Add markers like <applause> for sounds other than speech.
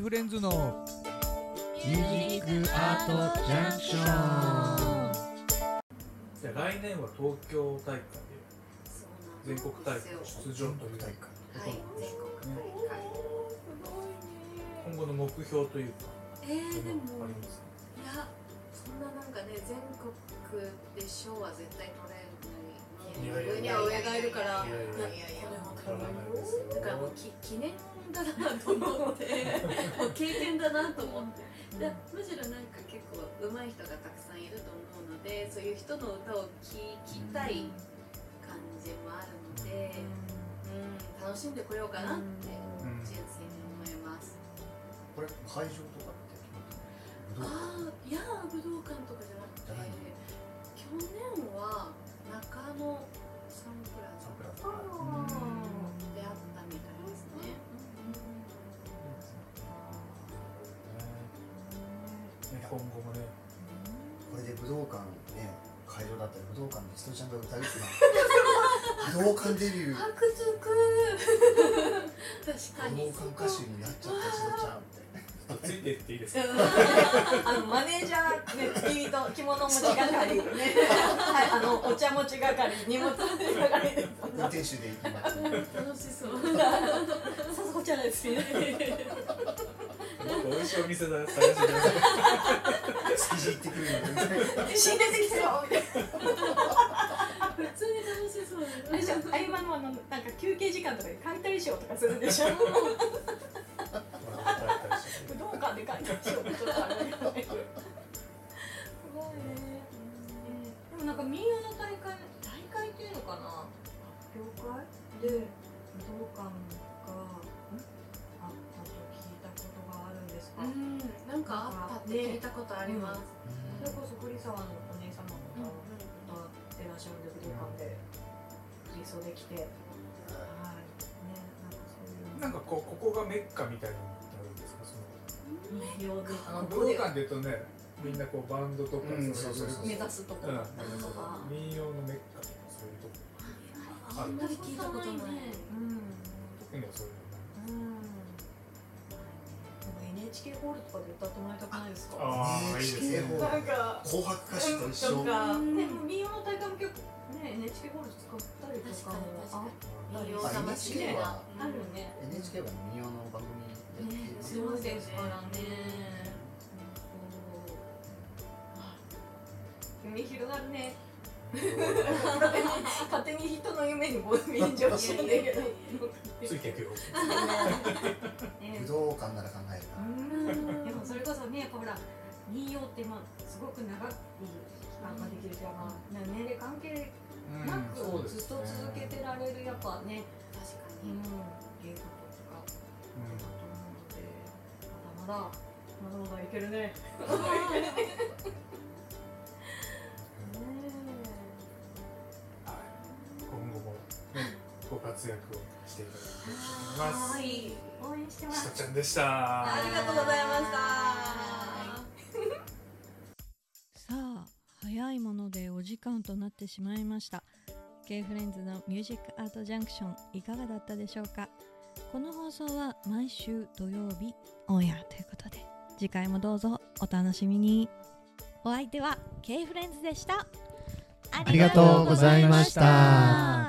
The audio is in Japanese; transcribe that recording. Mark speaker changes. Speaker 1: フレンズの
Speaker 2: ミュージックアートジャンクション
Speaker 3: じゃあ来年は東京大会で全国大会
Speaker 2: そうなんですよ
Speaker 3: 出場という大会
Speaker 2: はい、全国大会。
Speaker 3: 今後の目標というか、
Speaker 2: えー、で
Speaker 3: そういうの
Speaker 2: も
Speaker 3: あり、ます
Speaker 2: い
Speaker 3: ね
Speaker 2: や、そんななんかね、全国で賞は絶対取れない。上には上がいるから、
Speaker 3: いやい
Speaker 2: い
Speaker 3: やいや
Speaker 2: やいや
Speaker 3: わからないですよ
Speaker 2: だからもうき記念だなと思ってもう経験だなと思ってだむしろなんか結構上手い人がたくさんいると思うのでそういう人の歌を聴きたい感じもあるので、うん、楽しんでこようかなって
Speaker 3: うん
Speaker 2: 人生に思います、
Speaker 4: これ会場とかって武道
Speaker 2: ああいや武道館とかじゃなくて
Speaker 4: じゃない
Speaker 2: 去年は中野サンプラザ
Speaker 4: サンプラ
Speaker 2: で
Speaker 4: ザ
Speaker 2: あったみたいですね、
Speaker 3: ね今後もね
Speaker 4: これで武道館ね会場だったり武道館でひとりちゃんが歌うっていうのは武道館デビュー
Speaker 2: 白族確かに
Speaker 4: 武道館歌手になっちゃったひとりちゃんみたいな
Speaker 3: ちょっとついていっていいですか
Speaker 5: あのマネージャー、ね、付き人、着物持ち係、ね、はい、あのお茶持ち係、荷物持ち係です。
Speaker 4: 運転手で今
Speaker 2: 楽しそう
Speaker 5: さすがじゃないですね。
Speaker 3: もっと美味しいお店だ探してください
Speaker 4: 築地行ってくるの
Speaker 5: <laughs>
Speaker 4: で
Speaker 5: 新出てきたよみたい
Speaker 2: 普通に楽しそう
Speaker 5: な。あれじゃん、合間のあのなんか休憩時間とかで買い取りしようとかするんでしょ。
Speaker 3: ほら働いたりして
Speaker 5: 武道館で買い取りしようとかあるよね。すごいね。でもなんか民謡の大会、大会っていうのかな。業界で武道館があったと聞いたことがあるんですか。
Speaker 2: うんなんかあったって聞いたことあります、
Speaker 5: それこそ栗沢のお姉様方が出らっしゃるんで武道館で振り袖着て、はいね、
Speaker 3: な
Speaker 5: なんか
Speaker 3: んかこうここがメッカみたいになのってあるんですかその
Speaker 5: そういう日曜で
Speaker 3: あの
Speaker 5: ここ
Speaker 3: 武
Speaker 5: で
Speaker 3: 道館で言うとねみんなこうバンドとか
Speaker 4: うんそうそうそう
Speaker 5: 目指すとこ
Speaker 3: う
Speaker 5: ろ
Speaker 3: ん
Speaker 5: とか、
Speaker 3: 民謡のメッカとかそういうと
Speaker 2: あ
Speaker 3: こ
Speaker 2: んまり聞いたことない、
Speaker 5: うん
Speaker 3: 特にはそういうのない
Speaker 5: うんでも NHK ホールとかで歌ってもらいたくないですか
Speaker 3: あーいいですね
Speaker 4: NHK ホー
Speaker 5: なん
Speaker 4: ル
Speaker 5: か
Speaker 4: 紅白歌手と一
Speaker 5: と
Speaker 4: 緒
Speaker 5: か、
Speaker 2: うん
Speaker 5: ね、もう民謡の大会も結構ね NHK ホール使ったりと
Speaker 2: 確
Speaker 5: か
Speaker 2: かに確かに
Speaker 5: も
Speaker 3: あ
Speaker 2: 民謡魂的な
Speaker 5: あるね
Speaker 4: NHK は民謡の番組でやってるんですよ
Speaker 2: そうですからね
Speaker 5: 夢広がるね。 <laughs> 勝手に人の夢に棒読み上しんだけど。
Speaker 3: ついていくよ
Speaker 5: <laughs> ね
Speaker 4: 武道館なら考えるな
Speaker 2: うん
Speaker 5: でもそれこそね、やっぱほら、民謡ってまあすごく長い期間ができるじゃん。年齢関係なく
Speaker 3: うんそうですね
Speaker 5: ずっと続けてられるやっぱね、
Speaker 2: 確か
Speaker 5: う
Speaker 2: に、
Speaker 5: ん、芸事とかだと思うので、まだまだまだまだいけるね。
Speaker 3: 今後もご活躍をしていただきたいと思いま
Speaker 5: は
Speaker 3: す。
Speaker 5: い、応援してま
Speaker 3: し
Speaker 5: す
Speaker 3: と。ちゃんでした。
Speaker 5: ありがとうございました。
Speaker 6: さあ早いものでお時間となってしまいました K フレンズのミュージックアートジャンクションいかがだったでしょうかこの放送は毎週土曜日オンエアということで次回もどうぞお楽しみにお相手は K フレンズでしたあ
Speaker 4: りがとうございました